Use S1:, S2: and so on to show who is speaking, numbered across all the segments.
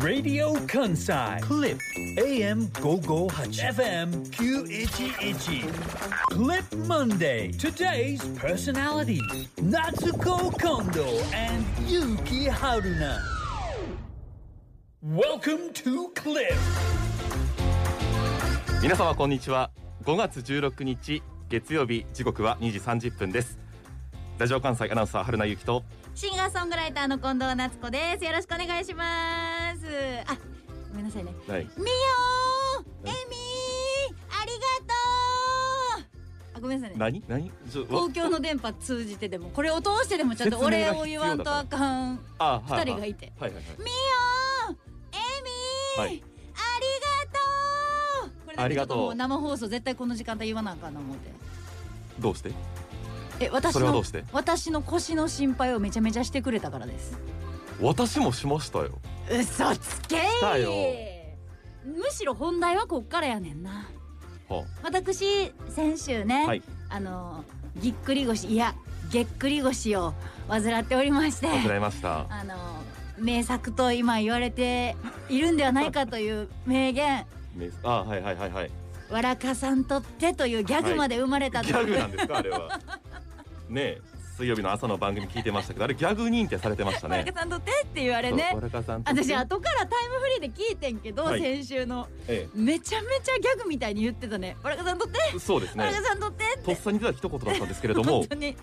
S1: Radio Kansai. Clip AM 558. FM 911. Clip Monday. Today's personalities Natsuko Kondo and Yuki Haruna. Welcome to Clip.
S2: 皆様こんにちは5月16日月曜日時刻は2時30分ですラジオ関西アナウンサー春名由紀と
S3: シンガーソングライターの近藤夏子です。よろしくお願いします。あ、ごめんなさいね。
S2: はい
S3: みよー、エミー、ありがとう。あ、ごめんなさいね。
S2: 何何ちょ
S3: 公共の電波通じてでも、これを通してでも、ちゃんとお礼を言わんとあかん。
S2: あはい
S3: 二人がいて
S2: はいはいはい
S3: みよー、エミー、
S2: はい
S3: ありがとう。これだけちょっとも
S2: あ
S3: う
S2: り
S3: 生放送絶対この時間帯言わなあかんな思って。
S2: どうして
S3: え、私
S2: それはど
S3: の
S2: うして
S3: 私の腰の心配をめちゃめちゃしてくれたからです。
S2: 私もしましたよ
S3: 嘘つけ
S2: たよ
S3: むしろ本題はこっからやねんな
S2: は
S3: 私先週
S2: あ
S3: ね、
S2: はい
S3: あのぎっくり腰いやげっくり腰を患っておりまして
S2: 外れました
S3: あの名作と今言われているんではないかという名言
S2: メスあはいはいはいはい
S3: 「わらかさんとって」というギャグまで生まれたと
S2: ギ
S3: いう、
S2: ャグなんですかあれは ねえ水曜日の朝の番組聞いてましたけどあれギャグ認定されてました
S3: わら
S2: ね
S3: かさんとってっていうあれね
S2: そうわらかさんと
S3: 私後からタイムフリーで聞いてんけど、
S2: はい
S3: 先週の
S2: え
S3: めちゃめちゃギャグみたいに言ってたね「わらかさんとって」
S2: えそうです
S3: わら
S2: ね
S3: かさんとって」って
S2: とっさに出た一言だったんですけれども
S3: 本当に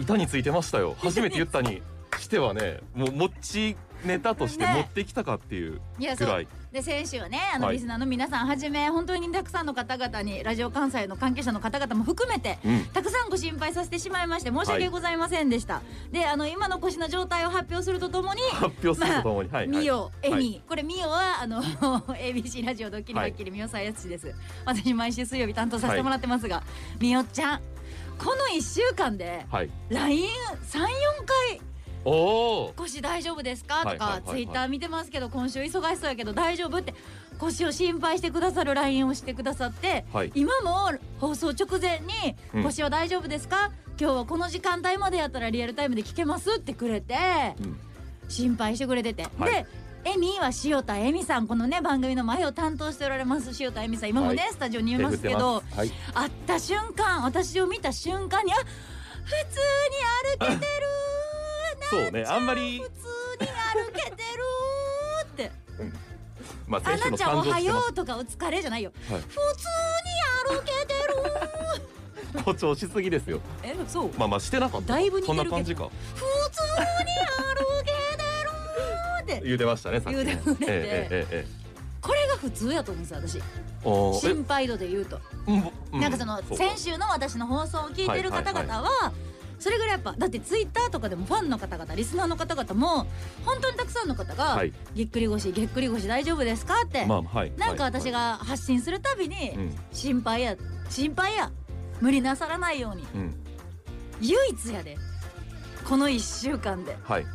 S2: 板についてましたよ初めて言ったにしてはねもう持ちネタとして
S3: ね
S2: 持ってきたかっていう
S3: いや
S2: ぐ
S3: そ
S2: ら
S3: う
S2: い
S3: で先週ねあの
S2: はい
S3: リスナーの皆さんはじめ本当にたくさんの方々にラジオ関西の関係者の方々も含めて
S2: うん
S3: たくさんご心配させてしまいまして申し訳ございませんでした、であの今の腰の状態を発表するとともに
S2: 発表するとともに、はい、は
S3: ミ
S2: い、
S3: オ、エミ、
S2: は
S3: これミオはあの ABC ラジオドッキリはっきりミオさんやつしです、私毎週水曜日担当させてもらってますが、ミオちゃんこの1週間で
S2: はい、
S3: LINE34 回
S2: おお
S3: 腰大丈夫ですかと
S2: はいは
S3: か
S2: いはいは
S3: ツ
S2: い
S3: イッター見てますけど今週忙しそうやけど大丈夫って腰を心配してくださる LINE をしてくださって
S2: はい
S3: 今も放送直前
S2: う
S3: に
S2: ん
S3: 「腰は大丈夫ですか今日はこの時間帯までやったらリアルタイムで聞けます」ってくれて
S2: うん
S3: 心配してくれてて、
S2: はい
S3: でエミは塩田エミさんこのね番組の前を担当しておられます塩田エミさん今もね、
S2: はい
S3: スタジオにいますけど
S2: 手振ってますはい
S3: 会った瞬間私を見た瞬間にあ普通に歩けてる
S2: そうねあんまり
S3: 普、通に歩けてる って
S2: うん、まあ
S3: 「あ
S2: 先週
S3: な
S2: の
S3: ちゃんお
S2: 感動
S3: は
S2: してま
S3: よ
S2: す
S3: う」とか「お疲れ」じゃないよ「
S2: はい
S3: 普通に歩けてる
S2: 誇張しすぎですよ」
S3: えそう
S2: まあまあしてなかった
S3: だいぶ似
S2: そ
S3: てる
S2: ん
S3: けど
S2: な感じか
S3: 「 普通 に歩けてる」って
S2: 言うてましたねさっきね
S3: 言うてくれ
S2: え
S3: て
S2: ええええ
S3: これが普通やと思うんですよ
S2: えお
S3: 私
S2: ーえ
S3: 心配度で言うと。
S2: うう
S3: なんかその
S2: う
S3: 先週の私の放送を聞いてる方々はそれぐらいやっぱだってツイッターとかでもファンの方々リスナーの方々も本当にたくさんの方が
S2: はい
S3: 「ぎっくり腰ぎっくり腰大丈夫ですか?」って
S2: まあはい
S3: なんか私、
S2: は
S3: が発信するたび
S2: いはいう
S3: に
S2: ん
S3: 「心配や心配や無理なさらないように
S2: うん、
S3: 唯一やでこの1週間で
S2: はい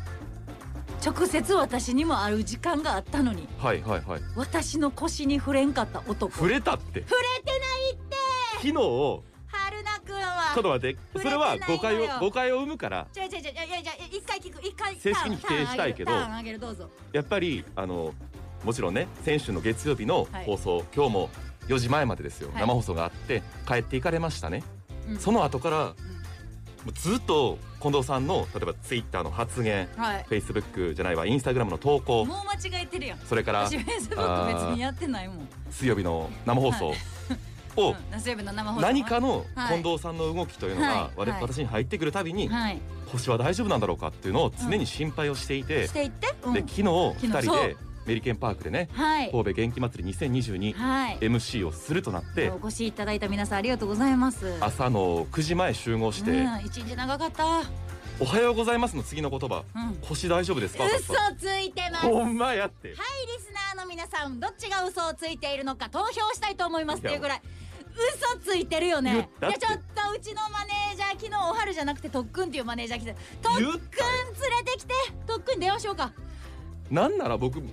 S3: 直接私にもある時間があったのに
S2: はいはいはい
S3: 私の腰に触れんかった
S2: 触
S3: 男触れ
S2: れたって
S3: てないって
S2: 昨日
S3: 春菜
S2: ち
S3: くん
S2: ょっ
S3: は
S2: と待って、それは誤解
S3: 触れてないの
S2: を
S3: よ
S2: 誤解を生むから、
S3: 違う違う違ういやいやいや一回聞く一回
S2: 正式に否定したいけど
S3: ターンターンあげるターンあげるどうぞ
S2: やっぱりあのもちろんね、先週の月曜日の
S3: はい
S2: 放送、今日も4時前までですよ、
S3: はい
S2: 生放送があって帰っていかれましたね。
S3: うん
S2: その後からも
S3: う
S2: うずっと近藤さんの例えばツイッターの発言、
S3: んはい
S2: フェイスブックじゃないわ、インスタグラムの投稿、
S3: もう間違えてるやん
S2: それから
S3: 私フェイスブック別にやってないもん
S2: 水曜日の生放送 を
S3: うん、水曜日の生放送
S2: 何かの
S3: はい
S2: 近藤さんの動きというのが
S3: はい
S2: 我
S3: はい
S2: 私に入ってくるたびに
S3: はい
S2: 腰は大丈夫なんだろうかっていうのを常に心配をしていて
S3: し、ていって、うん
S2: で昨日2
S3: 昨日
S2: 人
S3: そう
S2: でメリケンパークでね
S3: はい
S2: 神戸元気祭り2022
S3: はい
S2: MC をするとなって
S3: お越しいただいた皆さんありがとうございます
S2: 朝の9時前集合して
S3: うん、一日長かった
S2: 「おはようございます」の次の言葉
S3: うん
S2: 「腰大丈夫ですか?」
S3: 嘘ついてますはい
S2: ほんまやって
S3: リスナーの皆さんどっちが嘘をついているのか投票したいと思いますっていうぐらい嘘ついてるよね
S2: 言ったっ
S3: い
S2: て
S3: やちょっとうちのマネージャー昨日おはるじゃなくて特訓っていうマネージャー来て特訓連
S2: 言
S3: れ
S2: って
S3: きて特訓に電話しようか
S2: なんなら僕「
S3: 違う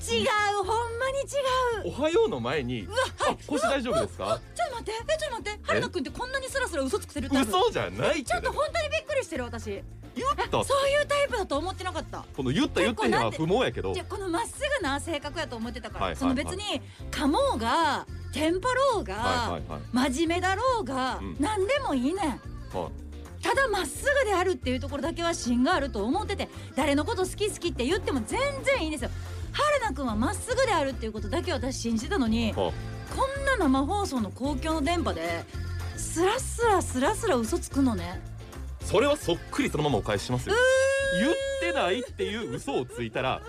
S3: ほんまに違う
S2: おはよう」の前に「あ腰大丈夫ですか?
S3: ちょっと待ってえちょっと待って春菜くんってこんなにスラスラ嘘つくせる」タイプ
S2: 嘘じゃないって
S3: ちょっと本当にびっくりしてる私
S2: 言った
S3: そういうタイプだと思ってなかった
S2: この言った言ったには不毛やけど
S3: じゃあこのまっすぐな性格やと思ってたから、
S2: はいはい
S3: その別にかもうがテンパろうが、
S2: はいはいはい
S3: 真面目だろうが、
S2: うん
S3: 何でもいいねん
S2: は
S3: ただまっすぐであるっていうところだけは芯があると思ってて誰のこと好き好きって言っても全然いいんですよ春菜くんはまっすぐであるっていうことだけを私信じてたのに
S2: いは
S3: こんな生放送の公共の電波でスラスラスラスラ嘘つくのね
S2: それはそっくりそのままお返ししますよ言ってないっていう嘘をついたら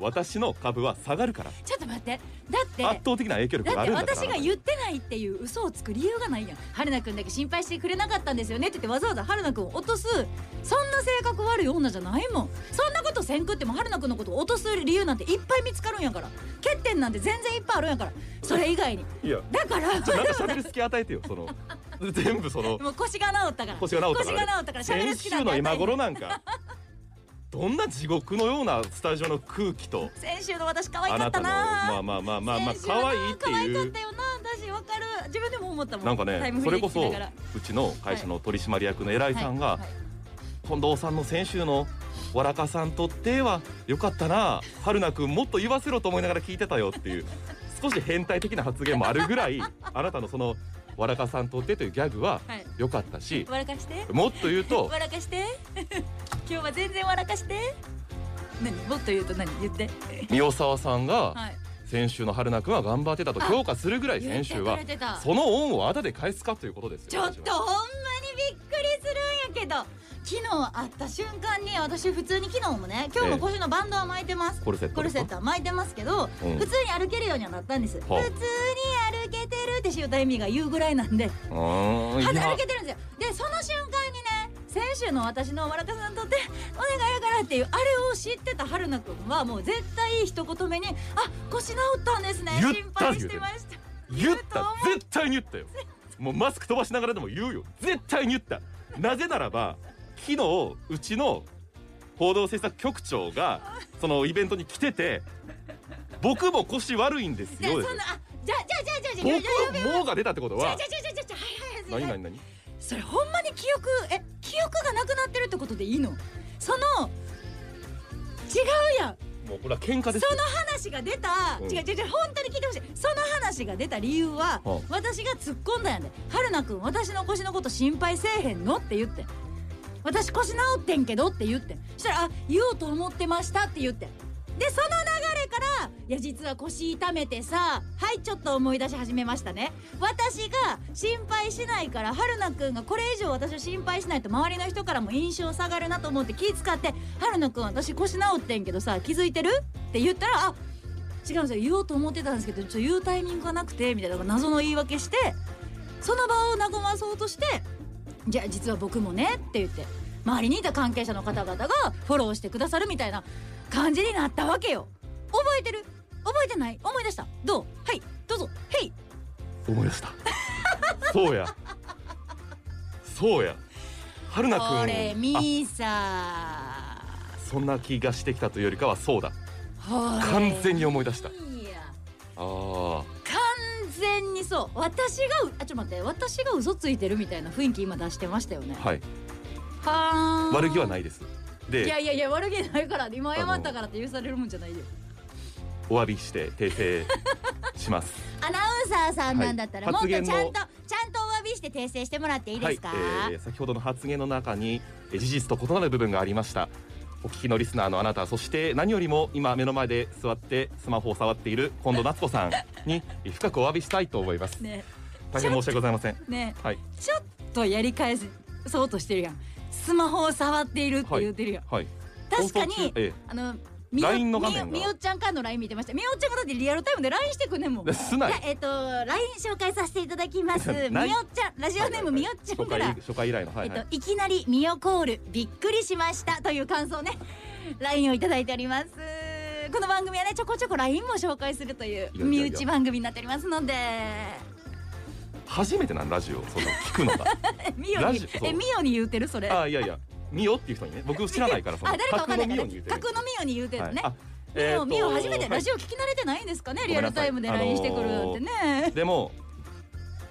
S2: 私の株は下がるから
S3: ちょっと待ってだって
S2: 圧倒的な影響力が
S3: だっ
S2: あ
S3: て
S2: るんだから
S3: 私が言ってないっていう嘘をつく理由がないやん春菜くんだけ心配してくれなかったんですよねって言ってわざわざ春菜くんを落とすそんな性格悪い女じゃないもんそんなことせんくっても春菜くんのことを落とす理由なんていっぱい見つかるんやから欠点なんて全然いっぱいあるんやからそれ以外に
S2: いや
S3: だから
S2: ちょなんか喋る隙与えてよその全部その
S3: もう腰が治ったから
S2: 腰が治ったから
S3: 腰が治ったから喋
S2: 先
S3: る好きな
S2: 週
S3: んて
S2: の
S3: やったら
S2: 今
S3: いいの
S2: 頃なんかどんな地獄のようなスタジオの空気と
S3: 先週の私可愛
S2: あ
S3: かっ
S2: なた
S3: た
S2: のま
S3: な
S2: あまあまあまあまあ
S3: 先週な
S2: 可愛いって
S3: 可
S2: い
S3: 愛か
S2: う
S3: ったよな私わかる自分でも思ったもん
S2: なんか
S3: タイ
S2: ね
S3: ムフ
S2: そ
S3: リ
S2: れ
S3: ー
S2: こ
S3: 聞き
S2: そ
S3: ながら
S2: うちの会社の取締役の偉いさん
S3: は
S2: が
S3: いはい
S2: 近藤さんの先週の「わらかさんとってはよかったな春菜くんもっと言わせろ」と思いながら聞いてたよっていう少し変態的な発言もあるぐらいあなたのその「わらかさんとって」というギャグは
S3: はい
S2: 良かったし
S3: 笑かして
S2: もっと言うと
S3: 笑かして 今日は全然笑かして何もっと言うと何言って
S2: 三沢さんが
S3: はい
S2: 先週の春菜くんは頑張ってたと評価するぐらい先週は
S3: 言ってくれてた
S2: その恩をあだで返すかということです
S3: ちょ
S2: よ
S3: っとほんまにびっくりするんやけど昨日会った瞬間に私普通に昨日もね今日も腰のバンドは巻いてます、
S2: コルセット
S3: コルセットは巻いてますけど、
S2: うん
S3: 普通に歩けるようにはなったんです、
S2: あ
S3: 普通に歩けてるって塩田恵美が言うぐらいなんで
S2: うーんいや
S3: 歩けてるんですよでその瞬間にね先週の私の「わらかさんとってお願いやから」っていうあれを知ってた春菜くんはもう絶対一言目に「あ腰治ったんですね
S2: 言った
S3: 心配してました」
S2: 言った絶対に言ったよもうマスク飛ばしながらでも言うよ絶対に言ったなぜならば昨日うちの報道政策局長がそのイベントに来てて僕も腰悪いんです
S3: でそ
S2: よ
S3: んなあじゃあじゃあじゃあじゃあじゃあ
S2: 僕
S3: じゃあじゃ
S2: もうが出たってことは
S3: あじゃあじゃあじゃあじゃあはいは
S2: 何
S3: いは
S2: 何
S3: い
S2: 何
S3: それほんまに記憶え記憶がなくなってるってことでいいのその違うやん
S2: もうこれは喧嘩です
S3: そ
S2: よ
S3: の話が出た、
S2: うん
S3: 違う違う違う本当に聞いてほしいその話が出た理由は、
S2: うん
S3: 私が突っ込んだんやで春菜くん私の腰のこと心配せえへんのって言って私腰治ってんけどって言ってしたらあ言おうと思ってましたって言ってでその流れからいや実は腰痛めてさはいちょっと思い出し始めましたね私が心配しないから春菜くんがこれ以上私を心配しないと周りの人からも印象下がるなと思って気使って春菜くん私腰治ってんけどさ気づいてるって言ったらあ違うんですよ言おうと思ってたんですけどちょっと言うタイミングがなくてみたいな謎の言い訳してその場を和まそうとしてじゃあ実は僕もねって言って周りにいた関係者の方々がフォローしてくださるみたいな感じになったわけよ覚えてる覚えてない思い出したどうはいどうぞへい
S2: 思い出したそうやそうや春菜く
S3: こ
S2: ん
S3: れ
S2: あ
S3: ミーサ
S2: そんな気がしてきたというよりかはそうだ
S3: ーほれ
S2: 完全に思い出した
S3: いや
S2: あー
S3: 完全にそう私がうあちょっと待って私が嘘ついてるみたいな雰囲気今出してましたよね
S2: はい
S3: はー
S2: 悪気はないですで
S3: いやいやいや悪気ないから今謝ったからって許されるもんじゃないよ
S2: お詫びして訂正します
S3: アナウンサーさんなんだったら、
S2: はい
S3: もっとちゃんと
S2: 発
S3: ちゃ
S2: 言
S3: ん
S2: の
S3: とお詫びして訂正してもら っていいですか、
S2: はい、えー先ほどの発言の中にえー事実と異なる部分がありましたお聞きのリスナーのあなたそして何よりも今目の前で座ってスマホを触っている近藤夏子さんにえー深くお詫びしたいと思います
S3: ね
S2: 大変申し訳ございません
S3: えね
S2: はい
S3: えちょっとやり返そうとしてるやんスマホを触っているって言ってるやん、
S2: はい
S3: 確か
S2: 放送中
S3: に
S2: え
S3: あのみ
S2: LINE の画面が
S3: みみおちゃんからの LINE 見てましたみおちゃんがだってリアルタイムで LINE してくんね んもん
S2: えすない
S3: いやえっ、と LINE 紹介させていただきますみおちゃん
S2: ない
S3: ラジオネームみおちゃん
S2: 初
S3: か
S2: 回
S3: ら
S2: 初回以来のはい、はい
S3: えっと、いきなりミオコールびっくりしましたという感想ね LINE をいただいておりますこの番組はねちょこちょこ LINE も紹介するという
S2: いやいや
S3: 身内番組になっておりますので
S2: 初めてなんラジオそんなの聞くの が
S3: ミヨ
S2: ラ
S3: に
S2: ジオそう
S3: えミヨに言うてるそれ
S2: あいやいやミオっていう人にね僕知らないからその
S3: あ誰かわかんない
S2: ミ
S3: か
S2: オ
S3: ら
S2: に言う
S3: ね
S2: てる
S3: 架空のミヨに言うてる
S2: は
S3: ね
S2: いあ
S3: ミ
S2: えー
S3: ヨ
S2: と
S3: ミヨ初めてラジオ
S2: は
S3: 聞き慣れてないんですかね
S2: い
S3: リアルタイムで LINE してくるなんてね
S2: いでも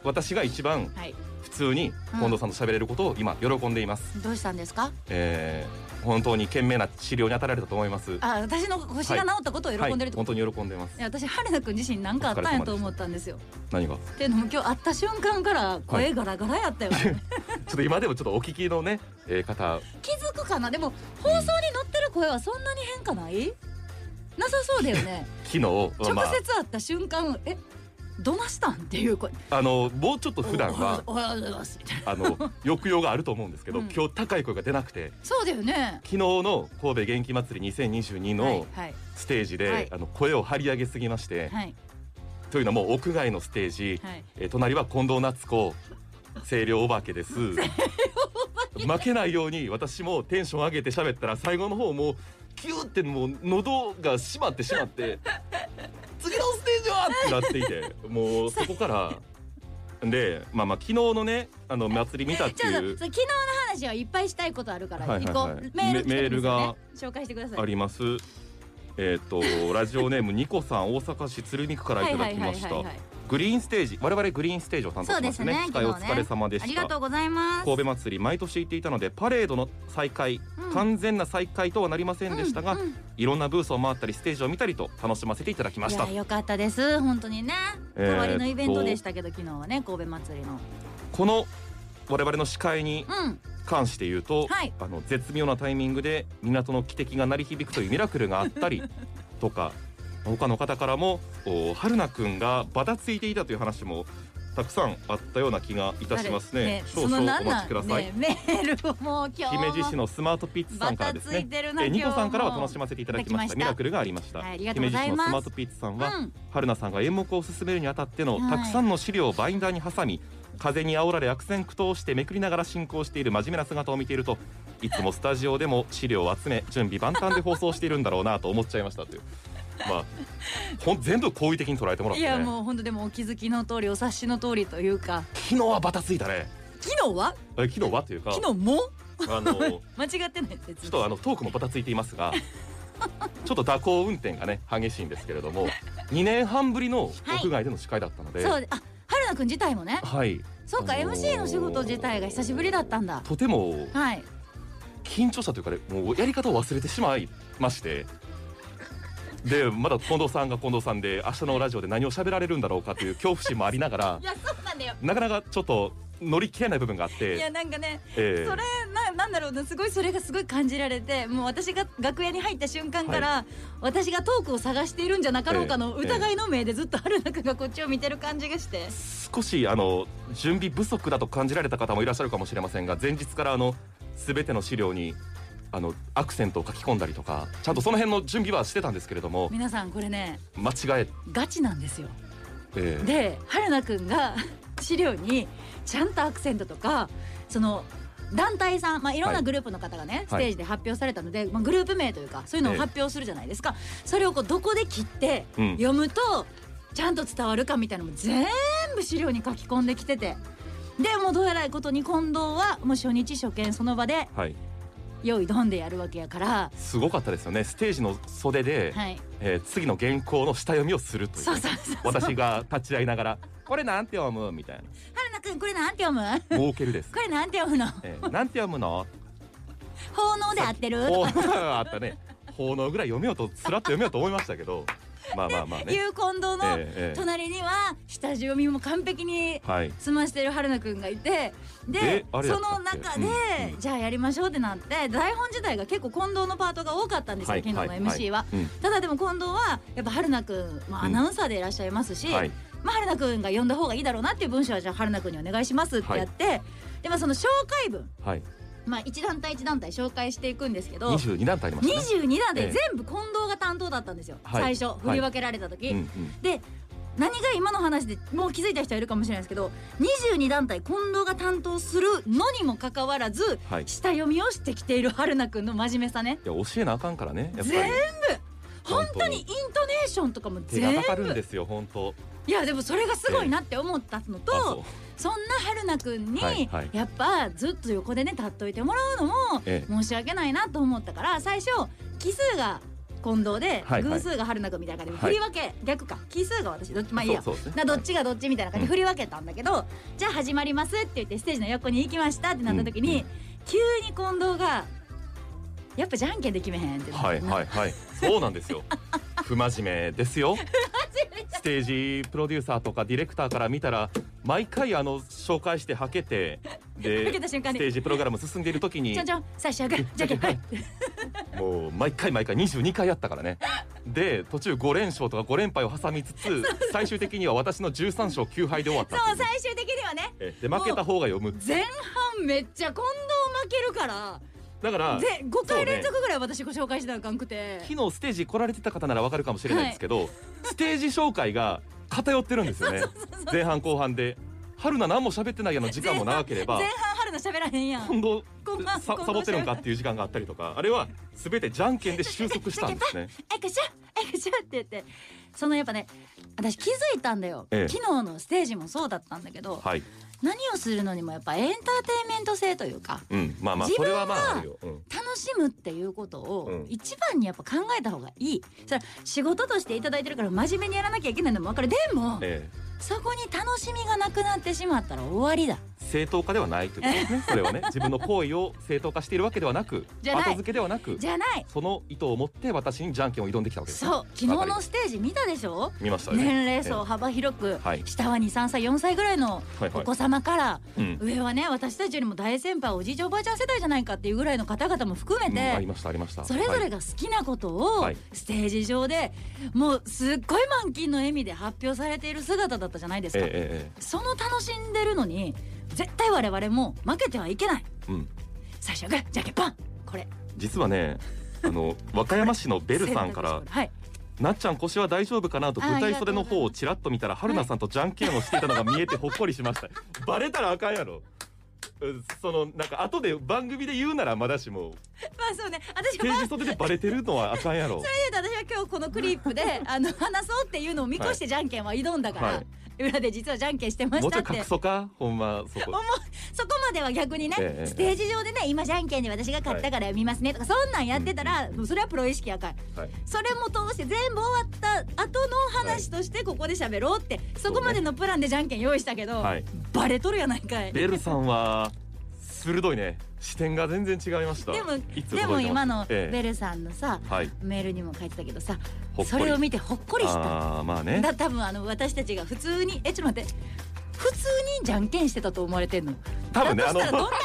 S2: 私が一番
S3: はい
S2: 普通に近藤さんと喋れることを今喜んでいます、
S3: どうしたんですか
S2: えー本当に懸命な治療に当たられたと思います
S3: あ私の腰が治ったことを喜んでるって
S2: は
S3: こ
S2: い、本
S3: と、
S2: 当に喜んでます
S3: いや私春菜くん自身何かあったんやと思ったんですよ
S2: 何が
S3: っていうのも今日会った瞬間から声ガラガラやったよね、
S2: ちょっと今でもちょっとお聞きのね、えー方
S3: 気づくかなでも放送に載ってる声はそんなに変化ないなさそうだよね
S2: 昨日
S3: 直 接
S2: まあ
S3: 会った瞬間えどましたんっていう声
S2: あのもうちょっと普段は
S3: おおはようございますみたいな
S2: あの抑揚があると思うんですけど、
S3: うん
S2: 今日高い声が出なくて
S3: そうだよね
S2: 昨日の神戸元気祭り2022
S3: はい
S2: の
S3: はい
S2: ステージで、
S3: はい
S2: あの声を張り上げすぎまして、
S3: はい
S2: というのも屋外のステージ、
S3: はい
S2: えー隣は近藤夏子清涼お化けです負けないように私もテンション上げて喋ったら最後の方もうキューってもう喉が閉まってしまって次のステージはってなっていてもうそこからでまあまあ昨日のねあの祭り見たって
S3: ちょっと
S2: いう
S3: 昨日の話はいっぱいしたいことあるから
S2: はい
S3: 行
S2: はい
S3: こ
S2: は
S3: う、
S2: い
S3: メール来てるんですよ、ね、
S2: メメールが
S3: 紹介してください
S2: ありますえっ、とラジオネームニコさん大阪市鶴見区からいただきましたグリーンステージ我々グリーンステージを担当しましたね
S3: そうですね
S2: 司会お
S3: 昨日ね
S2: 疲れ様で
S3: あ
S2: し
S3: り
S2: た
S3: がとうございます
S2: 神戸祭り毎年行っていたのでパレードの再開、
S3: うん
S2: 完全な再開とはなりませんでしたが、
S3: うんうん
S2: いろんなブースを回ったりステージを見たりと楽しませていただきま
S3: い
S2: した
S3: や良かったです本当にね
S2: えーっと
S3: 代わりのイベントでしたけど、昨日はね神戸祭りの
S2: この我々の司会に
S3: うん
S2: 関して言うと、
S3: はい
S2: あの絶妙なタイミングで港の汽笛が鳴り響くというミラクルがあった りとか他の方からもお春菜くんがバタついていたという話もたくさんあったような気がいたしますね
S3: あれ
S2: 少
S3: その
S2: 々
S3: なん
S2: お待
S3: な
S2: ち
S3: ん
S2: ください、
S3: ねメールをもう今日も
S2: 姫路市のスマートピッツさんからです
S3: バタ
S2: ね
S3: ついてるな
S2: えニコさんからは
S3: 今日も
S2: 楽しませていただきました
S3: いただきました
S2: ミラクルがありました、
S3: はいありがとう
S2: 姫
S3: ご
S2: 路
S3: ざ
S2: 市
S3: い
S2: の
S3: ます
S2: スマートピッツさんは、
S3: うん
S2: 春菜さんが演目を進めるにあたっての
S3: はい
S2: たくさんの資料をバインダーに挟み風に煽られ悪戦苦闘してめくりながら進行している真面目な姿を見ているといつもスタジオでも資料を集め準備万端で放送しているんだろうなと思っちゃいました というまあほん全部好意的に捉えてもらっ
S3: い
S2: て
S3: や
S2: ね
S3: もう本当でもお気づきの通りお察しの通りというか
S2: 昨日はバタついたね
S3: 昨日は
S2: え昨日はというか
S3: 昨日も
S2: あの
S3: 間違ってないです
S2: ちょっとあのトークもバタついていますが ちょっと蛇行運転がね激しいんですけれども2年半ぶりの
S3: はい
S2: 屋外での司会だったので、
S3: そ
S2: はいう
S3: あ春菜くん自体もねそうか
S2: あのー
S3: MC の仕事自体が久しぶりだったんだ
S2: とても
S3: はい
S2: 緊張したというかねもうやり方を忘れてしまいましてでまだ近藤さんが近藤さんで明日のラジオで何を喋られるんだろうかという恐怖心もありながら
S3: いやそうなんだよ
S2: なかなかちょっと乗り切れない部分があっ
S3: いや
S2: て。
S3: なんかね
S2: ええ
S3: それななんだろうなすごいそれがすごい感じられてもう私が楽屋に入った瞬間から、私がトークを探しているんじゃなかろうかの
S2: ええ
S3: 疑いの目でずっと春菜くんがこっちを見てる感じがして、
S2: 少しあの準備不足だと感じられた方もいらっしゃるかもしれませんが前日からあの全ての資料にあのアクセントを書き込んだりとかちゃんとその辺の準備はしてたんですけれども
S3: 皆さんこれね
S2: 間違え
S3: ガチなんですよ
S2: えー
S3: で春菜くんが 資料にちゃんとアクセントとかその団体さん、まあ、いろん
S2: は
S3: ないグループの方がね、ステージで発表されたので、まあ、グループ名というかそういうのを
S2: ええ
S3: 発表するじゃないですか、それをこうどこで切って
S2: うん
S3: 読むとちゃんと伝わるかみたいなのも全部資料に書き込んできててでもうどうやらいことに近藤はもう初日初見その場で
S2: はい、
S3: 用意どんでやるわけやから。
S2: すごかったですよねステージの袖で、
S3: はい、
S2: えー次の原稿の下読みをするという
S3: そうそうそうそう
S2: 私が立ち会いながら「これなんて読む?」みたい
S3: 春菜くんこれなんて読む
S2: な儲けるです
S3: こ。れなんて読むの
S2: えーなんて読むの
S3: 奉納で合 ってる
S2: おあったね奉納ぐらい読めようとすらっと読めようと思いましたけどまあまあまあ ね。
S3: いう近藤の
S2: えーえー
S3: 隣には下地読みも完璧に
S2: はい
S3: 済ましてる春菜くんがいてで
S2: えあれや
S3: そ
S2: ったっ
S3: の
S2: け
S3: 中で、
S2: うんうん
S3: じゃあやりましょうってなって台本自体が結構近藤のパートが多かったんですよ、昨日の MC は。
S2: いうん
S3: ただでも近藤はやっぱ春菜くん、まあ、アナウンサーでいらっしゃいますし、
S2: はい
S3: まあ、春菜くんが呼んだ方がいいだろうなっていう文章はじゃあ春菜くんにお願いしますってやって、でまあその紹介文、
S2: はい、
S3: まあ、一団体一団体紹介していくんですけど
S2: 22団体ありましたね。
S3: 22団体
S2: ええ
S3: 全部近藤が担当だったんですよ、
S2: はい
S3: 最初振り分けられた時。
S2: うんうん
S3: で何が今の話でもう気づいた人いるかもしれないですけど22団体近藤が担当するのにもかかわらず、
S2: はい
S3: 下読みをしてきている春菜くんの真面目さね
S2: いや教えなあかんからねやっぱり
S3: 全部本当にイントネーションとかも
S2: 手
S3: 全
S2: が
S3: 部
S2: かかるんですよ本当
S3: いやでもそれがすごいなって思ったの
S2: あ
S3: と
S2: う
S3: そんな春菜くんに、
S2: はいはい
S3: やっぱずっと横でね立っといてもらうのも
S2: え
S3: 申し訳ないなと思ったから最初奇数が近藤で、
S2: はいはい
S3: 偶数が春菜くんみたいな感じで
S2: は
S3: 振
S2: い
S3: り分け、逆か奇数が私どっちまあいいや
S2: そうそうですね
S3: などっちがどっちみたいな感じで振り分けたんだけど、じゃあ始まりますって言ってステージの横に行きましたってなった時に、急に近藤が「やっぱじゃんけんで決めへん」ってなって
S2: はいはいはいそうなんです よ不真面目ですよステージプロデューサーとかディレクターから見たら毎回あの紹介してはけ てで
S3: はけた瞬間に
S2: ステージプログラム進んでいる時に
S3: ちょんちょん最初はグーじゃんけ んはい
S2: もう毎回毎回22回やったからねで途中5連勝とか5連敗を挟み つつ最終的には私の13勝9敗で終わった
S3: そう
S2: っていう
S3: 最終的にはね
S2: えで負けた方が読む
S3: 前半めっちゃ近藤負けるから
S2: だから
S3: ぜ5回連
S2: そうね
S3: 続ぐらい私ご紹介しなあかんくて、
S2: 昨日ステージ来られてた方ならわかるかもしれないですけど、ステージ紹介が偏ってるん ですよね前半後半で春菜何も喋ってないやの時間も長ければ
S3: 前半春の喋らへんやん
S2: 今度
S3: こんばん
S2: さ
S3: こんばん
S2: サボってるんかっていう時間があったりとかあれは全てじゃんけんで収束したんです ね
S3: えくしょえくしょって言ってそのやっぱね私気づいたんだよ、
S2: ええ
S3: 昨日のステージもそうだったんだけど、
S2: はい
S3: 何をするのにもやっぱエンターテインメント性というか
S2: うんまあまあ
S3: 自
S2: そ
S3: 分
S2: れ
S3: が
S2: はまああるよ、うん
S3: 楽しむっていうことを
S2: うん
S3: 一番にやっぱ考えた方がいい、それは仕事としていただいてるから真面目にやらなきゃいけないのも分かるでも
S2: ええ
S3: そこに楽しみがなくなってしまったら終わりだ
S2: 正当化ではないということで すね。それはね、自分の行為を正当化しているわけではなく、
S3: じゃない
S2: 後付けではなく、
S3: じゃない
S2: その意図を持って私にじゃんけんを挑んできたわけですね。
S3: そう昨日
S2: わか
S3: の
S2: り
S3: ステージ見たでしょ
S2: 見ましたよね。
S3: 年齢層幅広く、
S2: はい
S3: 下は23歳4歳ぐらいの
S2: はいはい
S3: お子様から、
S2: うん
S3: 上はね私たちよりも大先輩おじいちゃんおばあちゃん世代じゃないかっていうぐらいの方々も含め
S2: うんあり
S3: て、
S2: ましたありました。
S3: それぞれ
S2: が
S3: が好きなことを
S2: はい
S3: ステージ上でもうすっごい満勤の笑みで発表されている姿だったじゃないです
S2: え
S3: か、
S2: ええ
S3: その楽しんでるのに絶対我々も負けてはいけない
S2: えええうん。
S3: 最初はグーじゃんけんパンこれ
S2: 実はね、あ の和歌山市のベルさんから
S3: 選択肢これはい
S2: なっちゃん腰は大丈夫かなと
S3: あ
S2: 舞
S3: あり
S2: 台
S3: がとう
S2: 袖の方をちらっと見たら春菜さんとじゃんけんをしていたのが見えてほっこりしましたバレたらあかんやろうんそのなんか後で番組で言うならまだしも
S3: まあそうね私
S2: ステージ袖でバレてるのはあかんやろ
S3: それで言うと私は今日このクリップであの話そうっていうのを見越してじゃんけんは挑んだから、
S2: はい
S3: 裏で実はじゃんけんしてま
S2: もう
S3: し
S2: ちょ
S3: たっ
S2: い隠
S3: て。
S2: そうかほんまそこ
S3: 思うそこまでは逆にね、
S2: ええ
S3: ステージ上でね今じゃんけんで私が勝ったから見ますねとか、そんなんやってたら、
S2: うん
S3: もうそれはプロ意識やから
S2: はい
S3: それも通して全部終わった後の話としてここで喋ろうって、そこまでのプランでじゃんけん用意したけど、
S2: はい
S3: バレとるやないかい
S2: ベルさんは鋭いね視点が全然違いました
S3: でも
S2: いつ
S3: でも
S2: 届いてま
S3: 今
S2: す
S3: の
S2: ええ
S3: ベルさんのさ、
S2: はい
S3: メールにも書いてたけどさ
S2: ほっこり
S3: それを見てほっこりした
S2: あーまあね
S3: だ多分あの私たちが普通にえちょっと待って普通にじゃんけんしてたと思われてんの
S2: 多分ね
S3: だ
S2: あ
S3: と
S2: の
S3: したらどんなに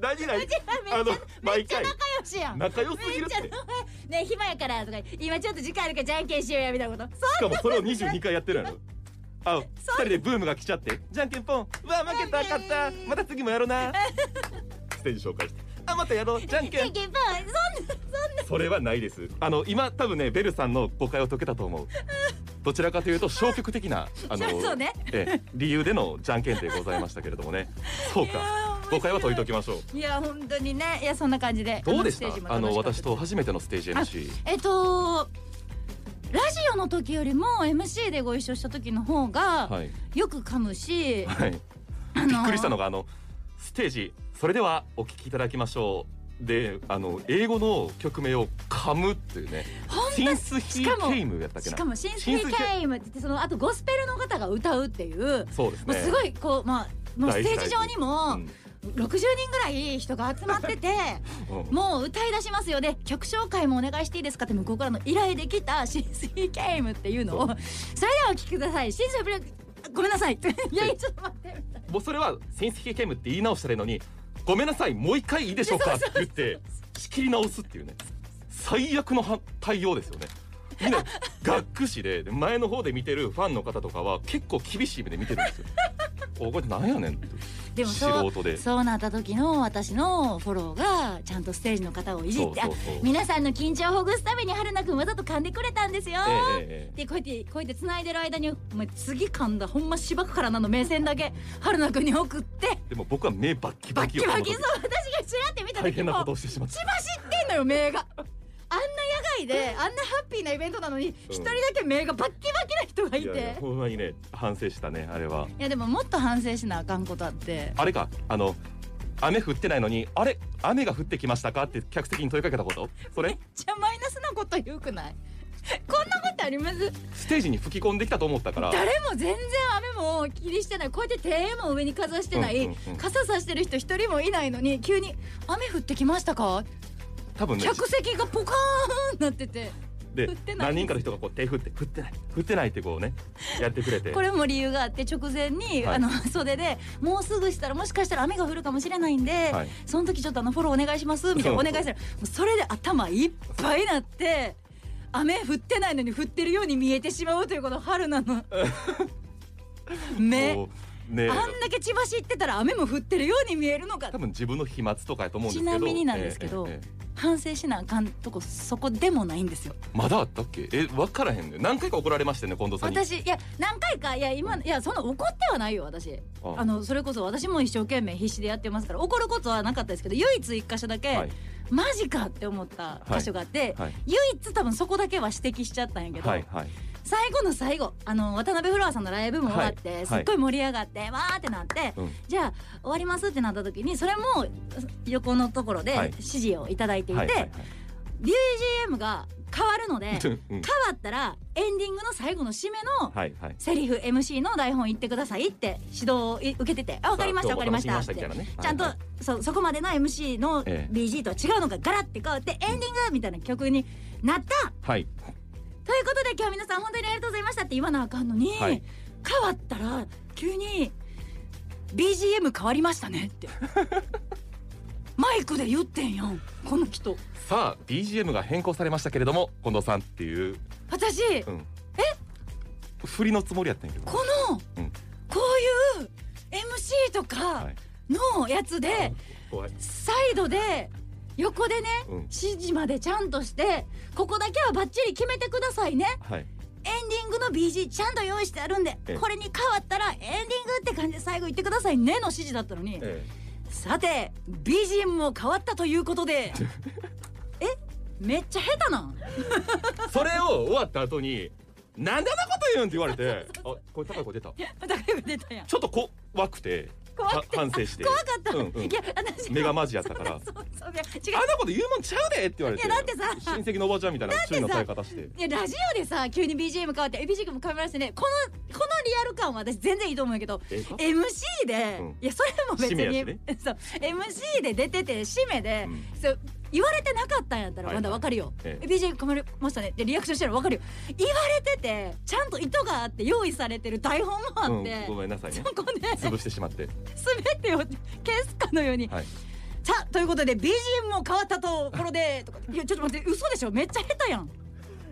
S2: 何々
S3: ら
S2: あの
S3: めっ
S2: 毎
S3: ちゃ
S2: 回
S3: 仲良しやん
S2: 仲良すぎるっ
S3: め
S2: て
S3: っちゃ 仲良ね暇やからとか今ちょっと時間あるからじゃんけんしようやみたいなこと
S2: しかもそれを22回やってるやろあ二人でブームが来ちゃってじゃんけんぽんうわ負けた勝ったまた次もやろ なステージ紹介してあまたやろうじゃんけ
S3: じゃ
S2: ん
S3: んけんぽんそんな
S2: それはないですあの今多分ねベルさんの誤解を解けたと思うどちらかというと消極的 なあの
S3: そうね
S2: ええ理由でのじゃんけんでございましたけれども ねそう
S3: いや
S2: か
S3: ー面白い
S2: 誤解は解いておきましょう
S3: いや本当にねいやそんな感じで
S2: どうでした
S3: のステージも
S2: あ
S3: 楽
S2: の
S3: しかったで
S2: 私
S3: す
S2: と初めてのステージ MC
S3: えっとラジオの時よりも MC でご一緒した時の方が、
S2: はい、
S3: よく噛むし、
S2: はい、び
S3: あ
S2: っくりしたのがあのステージそれではお聞きいただきましょうであの英語の曲名を噛むっていうね
S3: ほん
S2: シンスヒ
S3: しかも
S2: ーケイムやったっけ
S3: し
S2: な
S3: かも「シンスリーケイム」って言ってそのあとゴスペルの方が歌うっていう
S2: そうです
S3: もう
S2: ね
S3: すごいこうまあもうス
S2: 大事
S3: テージ上にも
S2: うん
S3: 60人ぐらい人が集まって て
S2: うん
S3: もう歌い出しますよね曲紹介もお願いしていいですかって向こうからの依頼できた「シンスリーケイム」っていうのをそれではお聴きください「シンスリーごめんな さい」いやいやちょっと待って」
S2: もうそれは「戦績ゲーム」って言い直したらいいのに「ごめんなさいもう一回いいでしょうか」って言って仕切り直すっていうね最悪のは対応ですよね。みん な学士でで前の方で見てるファンの方とかは結構厳しい目で見てるん ですよ。おこれなんやねんって
S3: でもそ
S2: 素
S3: う
S2: 人で
S3: そうなった時の私のフォローがちゃんとステージの方をいじって
S2: そうそうそう
S3: あ皆さんの緊張をほぐすために春菜くんわざと噛んでくれたんですよ、
S2: えええええ
S3: でこうやってこうやって繋いでる間にお前次噛んだほんま芝生からなの目線 だけ春菜くんに送って
S2: えでも僕は目バッキ
S3: バ
S2: バ
S3: ッ
S2: キ
S3: キ
S2: よ
S3: バキ
S2: こ
S3: そう
S2: の時
S3: 私がちらって見た
S2: 大
S3: 時
S2: 変なこと
S3: も
S2: をしてしまっ
S3: 血
S2: た
S3: 走ってんのよ目があんない であんなハッピーなイベントなのに一人だけ目がバッキバキな人がい
S2: い
S3: て、
S2: やいやほんまにね反省したねあれはい
S3: やでももっと反省しなあかんことあって
S2: あれかあの雨降ってないのにあれ雨が降ってきましたかって客席に問いかけたことそ
S3: め
S2: れ
S3: っちゃマイナスなこと言うくない こんなことあります
S2: ステージに吹き込んできたと思ったから
S3: 誰も全然雨も気にしてないこうやって手も上にかざしてない、
S2: うんうんうん
S3: 傘さしてる人一人もいないのに急に「雨降ってきましたか?
S2: 多」分ね
S3: 客席がポカーンなってて
S2: で
S3: 振ってない
S2: 何人かの人がこう手振って振ってない振ってないってこうねやってくれて
S3: これも理由があって直前に、
S2: はい
S3: あの袖で「もうすぐしたらもしかしたら雨が降るかもしれないんで、
S2: はい
S3: その時ちょっとあのフォローお願いします」みたいな「お願いする」もうそれで頭いっぱいなって雨降ってないのに降ってるように見えてしまうというこの春菜 の目。
S2: こうね
S3: あんだけ千葉市行ってたら雨も降ってるように見えるのか
S2: 多分自分の飛沫とかやと思うんですけど
S3: ちなみになんですけど
S2: ええええ
S3: 反省しなあかんとこそこでもないんですよ
S2: まだあったっけえ分からへんね何回か怒られましたよね近藤さんに
S3: 私いや何回かいや今いやそんな怒ってはないよ私
S2: あ
S3: あのそれこそ私も一生懸命必死でやってますから怒ることはなかったですけど唯一一箇所だけ、
S2: はい
S3: マジかって思った箇所があって、
S2: はい
S3: 唯一多分そこだけは指摘しちゃったんやけど、
S2: はいはい
S3: 最後の最後あの渡辺フロアさんのライブも終わって、
S2: はい
S3: すっごい盛り上がってわーってなって、
S2: うん
S3: じゃあ終わりますってなった時にそれも横のところで
S2: はい
S3: 指示をいただいていて、
S2: はいはい
S3: BGM が変わる ので変わ
S2: うん
S3: ったらエンディングの最後の締めの
S2: はいはい
S3: セリフ MC の台本言ってくださいって指導を受けてて「あ分かりました分かりました」って
S2: 今日も楽しみましたみたい
S3: ちゃんと
S2: なね
S3: そそこまでの MC の
S2: ええ
S3: BG とは違うのがガラッて変わってエンディングみたいな曲になった
S2: はい
S3: ということで今日皆さん本当にありがとうございましたって言わなあかんのに、
S2: はい
S3: 変わったら急に「BGM 変わりましたね」って マイクで言ってんやんこの人
S2: さあ BGM が変更されましたけれども近藤さんっていう
S3: 私、
S2: うんえ振りのつもりやったんやけど
S3: この、
S2: うん
S3: こういう MC とか
S2: はい
S3: のやつで、
S2: 怖い
S3: サイドで横でね、
S2: うん
S3: 指示までちゃんとしてここだけはバッチリ決めてくださいね
S2: はい
S3: エンディングの BG ちゃんと用意してあるんで
S2: ええ
S3: これに変わったらエンディングって感じで最後言ってくださいねの指示だったのに、
S2: え
S3: さて BGM も変わったというこ とでえめっちゃ下手なん
S2: えそれを終わった後になんであんなこと言うんって言われてあこれ高い声出た
S3: だいぶ出たやん
S2: ちょっと怖くて
S3: 怖くて
S2: は反省して
S3: 怖かった、
S2: うんうん
S3: いや私
S2: 目がマジやったから
S3: そうそういや違
S2: あ
S3: うん
S2: なこと言うもんちゃうでって言われて
S3: いやだってさ
S2: 親戚のおばちゃんみたいな注意のされ方して
S3: いやラジオでさ急に BGM 変わってえ BGM も変わらせてねこのこのリアル感は私全然いいと思うんやけど
S2: ええか
S3: MC で、
S2: うん
S3: いやそれも別
S2: 締めや
S3: に、
S2: しね
S3: そう MC で出てて締めで、
S2: うん
S3: そう言われてなかったんやったらまだわかるよ、
S2: はいはいええ
S3: え BGM 変わりましたねでリアクションしてるのわかるよ言われててちゃんと意図があって用意されてる台本もあ
S2: うん
S3: って、
S2: ごめんなさい
S3: そ
S2: ね
S3: こで
S2: 潰してしまって
S3: 全てを消すかのように、
S2: はい
S3: さあということで BGM も変わったところでとかいやちょっと待って嘘でしょめっちゃ下手やんエン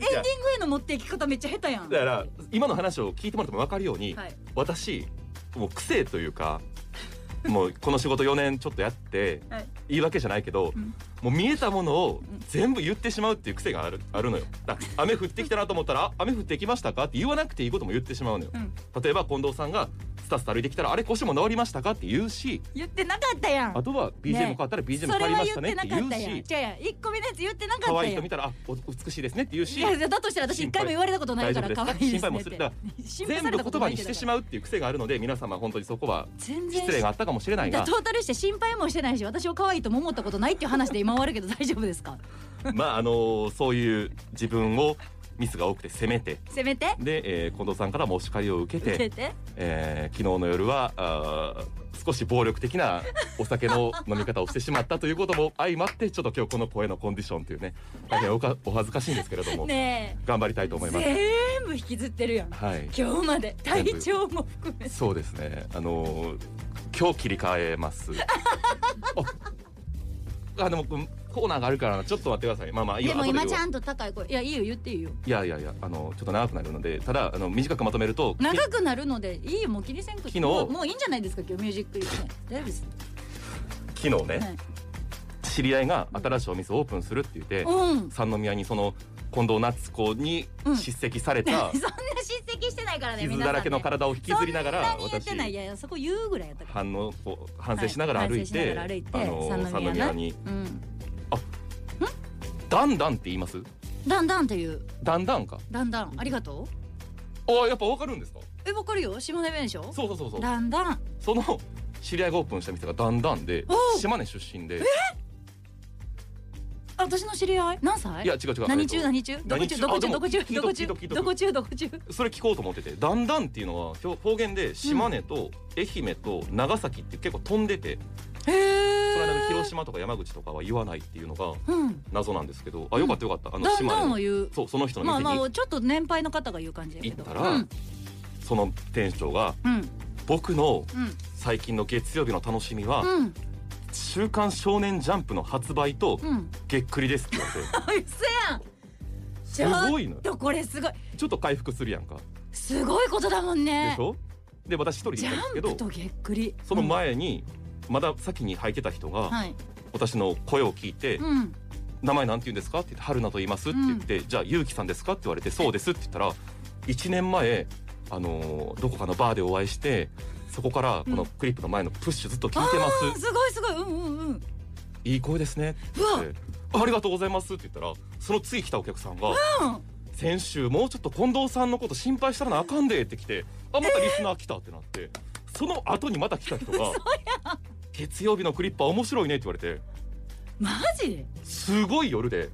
S3: ディングへの持っていき方めっちゃ下手やん
S2: だから今の話を聞いてもらっても分かるように、
S3: はい
S2: 私もう癖という かもうこの仕事4年ちょっとやって
S3: はい
S2: 言い訳じゃないけど、
S3: うん
S2: もう見えたものを
S3: ん
S2: 全部言ってしまうっていう癖があるあるのよだから雨降ってきたなと思ったら あ「雨降ってきましたか?」って言わなくていいことも言ってしまうのよ、
S3: うん
S2: 例えば近藤さんがスタスタ歩いてきたら「あれ腰も治りましたか?」って言うし
S3: 言ってなかったやん
S2: あとは BGM 変わったら BGM 変わりましたねって言う
S3: それは言っ
S2: して
S3: なかったやん違うやん一個目のやつ言ってなかったやん
S2: 可愛い人見たら「あお美しいですね」って言うし
S3: いやだとしたら私一回も言われたことないから可
S2: 心
S3: 愛
S2: 配
S3: いで
S2: 心
S3: すねっ
S2: 配もす
S3: て
S2: るだから全部言葉にしてし
S3: う
S2: まうっていう癖があるので皆様本当にそこは
S3: 全然
S2: 失礼があったかもしれない
S3: だ
S2: が
S3: トータルして心配もしてないし私を可愛いとも思ったことないっていう話で今終わるけど大丈夫ですか
S2: まああのーそういう自分をミスが多くて責めて
S3: せめて
S2: で、えー近藤さんからもお叱りを受け
S3: 受け
S2: て、
S3: て
S2: えー昨日の夜はあー少し暴力的なお酒 の飲み方をしてしまったということも相まってちょっと今日この声のコンディションというね大変おかお恥ずかしいんですけれども、
S3: ね
S2: 頑張りたいと思
S3: え
S2: います。
S3: 全部引きずってるやん
S2: はい
S3: 今日まで体調も含め
S2: そうですね。あのー今日切り替え ます。あ、あでもうんコーナーがあるからちょっと待ってください。まあまあ
S3: でも
S2: 後で言お
S3: 今
S2: う
S3: ちゃんと高い声いやいいよ言っていいよ
S2: いやいやいやあのちょっと長くなるので、ただあの短くまとめると、き
S3: 長くなるのでいいよもう気にせんく
S2: 昨日
S3: もうもういいんじゃないですか今日ミュージックイベント大丈夫です
S2: 昨日ね、
S3: はい
S2: 知り合いが新しいお店オープンするって言って、
S3: うん
S2: 三宮にその近藤夏子に
S3: うん
S2: 叱責され
S3: そんな
S2: た
S3: 叱責してないからね
S2: 傷
S3: 皆
S2: だ
S3: さんね
S2: らけの体を引きずりながら、
S3: そんなに言ってないいやいやそこ言うぐらいやったから
S2: 反応こう反省しながら歩いて、
S3: はい反省しながら歩いて
S2: あの
S3: 三
S2: 三
S3: 宮
S2: 宮
S3: な
S2: に
S3: うん
S2: ダンダンって言います？
S3: だんだんっていう
S2: だんだんか
S3: だんだんありがとう
S2: ああやっぱわかるんですか
S3: えわかるよ島根弁でしょ
S2: そうそうそうそう
S3: だんだん
S2: その知り合いがオープンした店がだんだんで
S3: おう
S2: 島根出身で
S3: あ私の知り合い何歳
S2: いや違う違う
S3: 何中
S2: えっと
S3: 何中どこ中どこ
S2: 何
S3: 中
S2: 中
S3: ど
S2: あで
S3: こ中ど
S2: も
S3: こ
S2: 聞
S3: 中
S2: いとく聞いとく
S3: どこ中どこ中
S2: それ聞こうと思ってて「だんだん」っていうのはひょ方言で島根と愛媛と長崎って結構飛んでて、
S3: へ
S2: その間の
S3: え
S2: 広島とか山口とかは言わないっていうのが
S3: うん
S2: 謎なんですけどあよかったよかった、あの
S3: だん
S2: 島
S3: だ
S2: 根
S3: んを
S2: の
S3: 言う
S2: そうその人の
S3: まあ
S2: 店に
S3: ま
S2: 行
S3: あちょっと年配の方が言う感じやけど
S2: 行ったら
S3: うん
S2: その店長が
S3: うん
S2: 僕の
S3: うん
S2: 最近の月曜日の楽しみは
S3: うん
S2: 「週刊少年ジャンプ」の発売と
S3: うん
S2: げっくりですって言われ て
S3: あいつやんちょ
S2: すごいな
S3: っとこれすごい
S2: ちょっと回復するやんか
S3: すごいことだもん
S2: で
S3: ね
S2: しょで私一人で
S3: ジ
S2: 行ったんです
S3: ャ
S2: け
S3: ンプ
S2: ど
S3: とげっくり
S2: その前にまだ先に履いてた人
S3: うん
S2: が
S3: はい
S2: 私の声を聞いて
S3: うん
S2: 「名前なんて言うんですか?」って言って「春菜と言います」って言って「じゃあゆうきさんですか?」って言われて「そうです」って言ったら1年前あのーどこかのバーでお会いしてそこからこのクリップの前のプッシュずっと聞いてま
S3: うん
S2: す
S3: すごいすごいうんうんうん
S2: いい声ですねって
S3: うわ
S2: 言ってありがとうございますって言ったらその次来たお客さんが
S3: うん
S2: 先週もうちょっと近藤さんのこと心配したらなあかんでって来てあまたリスナー来たってなってその後にまた来た人 が月曜日のクリッパー面白いねって言われて
S3: マジ
S2: すごい夜で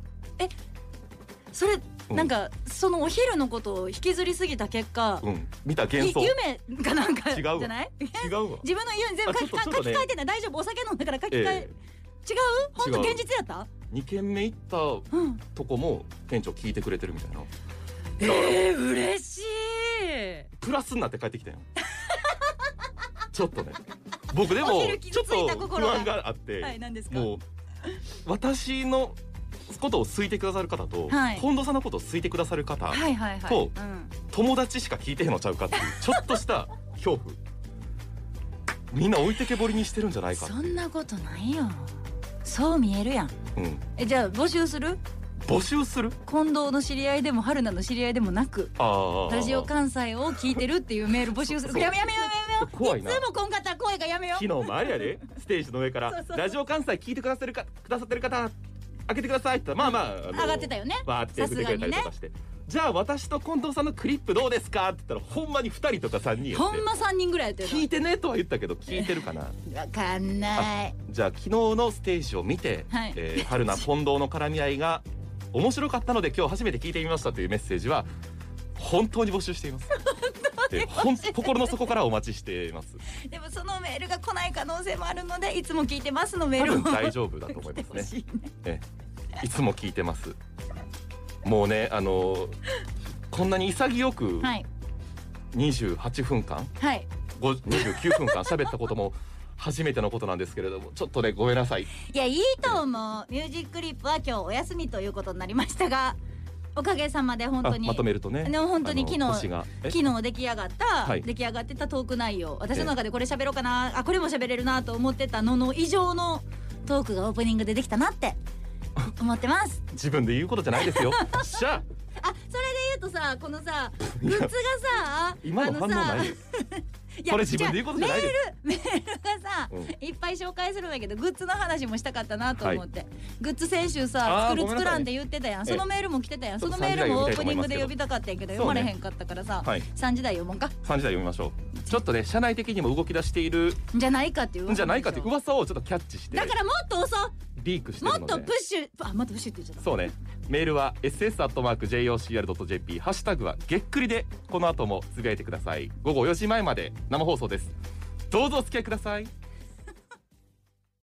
S3: それ
S2: うん
S3: なんかそのお昼のことを引きずりすぎた結果
S2: うん見た幻
S3: い
S2: 想違
S3: 夢かなんか
S2: 違
S3: じ
S2: うわ
S3: ゃない
S2: うわ
S3: 自分の夢全部
S2: あちょ
S3: 書
S2: っ
S3: き
S2: と
S3: か
S2: ちょ
S3: 書
S2: っと
S3: き
S2: ね
S3: 換えてない大丈夫お酒飲んだから書き換え
S2: え
S3: 違う本当
S2: 違う
S3: 現実やった
S2: え2軒目行った
S3: うん
S2: とこも店長聞いてくれてるみたいな
S3: えー、嬉しい
S2: プラスになって帰ってきた よちょっとね僕で
S3: お
S2: も
S3: 昼
S2: ち
S3: 傷
S2: ょ
S3: つ
S2: っ
S3: いた
S2: と
S3: 心
S2: 不
S3: が
S2: 安があって、
S3: はい何ですか
S2: もう私のことを好いてくださる方と、
S3: はい
S2: 近藤さんのことを好いてくださる方、
S3: はいはいはい
S2: と
S3: うん
S2: 友達しか聞いてへんのちゃうかっていうちょっとした恐怖みんな置いてけぼりにしてるんじゃないかって
S3: そんなことないよそう見えるやん
S2: うん、
S3: えじゃあ募集する
S2: 募集する
S3: 近藤の知り合いでも春菜の知り合いでもなく
S2: ああ
S3: ラジオ関西を聞いてるっていうメール募集する
S2: そう
S3: やめやめやめやめよ
S2: 怖いない
S3: つもこんかったら声がやめよ
S2: 昨日もあれやでステージの上から
S3: そうそうそう
S2: ラジオ関西聞いてくださるかくださってる方開けてください」って言ったらまあまああの
S3: 上がってたよね
S2: バーって出てくれたりとかして、じゃあ私と近藤さんのクリップどうですか?」って言ったらほんまに2人とか3人やって
S3: ほんま3人ぐらいやって
S2: 聞い
S3: る
S2: てね」とは言ったけど聞いてるかな
S3: のわかんない
S2: じゃあ昨日のステージを見て、
S3: はい
S2: えー春菜近藤の絡み合いが面白かったので今日初めて聞いてみましたというメッセージは本当に募集して います。でほん心の底からお待ちしています。
S3: でもそのメールが来ない可能性もあるのでいつも聞いてますのメ
S2: 多
S3: ール
S2: 分
S3: も
S2: 大丈夫だと思います ね。ええいつも聞いてます。もうねあのこんなに潔く
S3: はい
S2: 28分間、
S3: はい
S2: ご29分間喋ったことも初めてのことなんですけれどもちょっとねごめんなさい。
S3: いやいいと思うミュージックリップは今日お休みということになりましたがおかげさまで本当
S2: あ
S3: に
S2: まとめるとね。
S3: ね本当
S2: あ
S3: に
S2: の
S3: 昨日
S2: 腰がえ
S3: 昨日出来上がった、
S2: はい
S3: 出来上がってたトーク内容私の中でこれ喋ろうかなあこれも喋れるなと思ってたのの以上のトークがオープニングでできたなって思ってます
S2: 自分で言うことじゃない ですよ。しゃあ
S3: あそれで言うとさこの さグッズがさ
S2: 今の反応ないよ。
S3: いや
S2: これ自分で言うことじゃないです。
S3: メールがさ、
S2: う
S3: いっぱい紹介するんだけどグッズの話もしたかったなと思って、グッズ先週
S2: あ
S3: さ
S2: ー
S3: 作る
S2: ごめん
S3: 作
S2: な
S3: ら
S2: さいね
S3: んって言ってたやんそのメールも来てたやん
S2: ちょ
S3: そ
S2: っと
S3: のメールもオープニング
S2: 三時
S3: で
S2: 台
S3: 呼びたかったんや
S2: そ
S3: けど
S2: うね
S3: 読まれへんかったからさ、
S2: はい
S3: 3時台読もうか
S2: 三時台読みましょう。ちょっとね社内的にも動き出している
S3: じゃないかっていうん
S2: じゃないかっていう噂をちょっとキャッチして
S3: だからもっと遅
S2: リークして
S3: も
S2: る
S3: っ
S2: の
S3: と
S2: で
S3: プッ。シュあまたプッシュって言っちゃった
S2: そうね。メールは ss アットマーク jocr ドット jp ハッシュタグはげっくりでこの後もつぶやいてください。午後4時前まで生放送です。どうぞお付き合いください。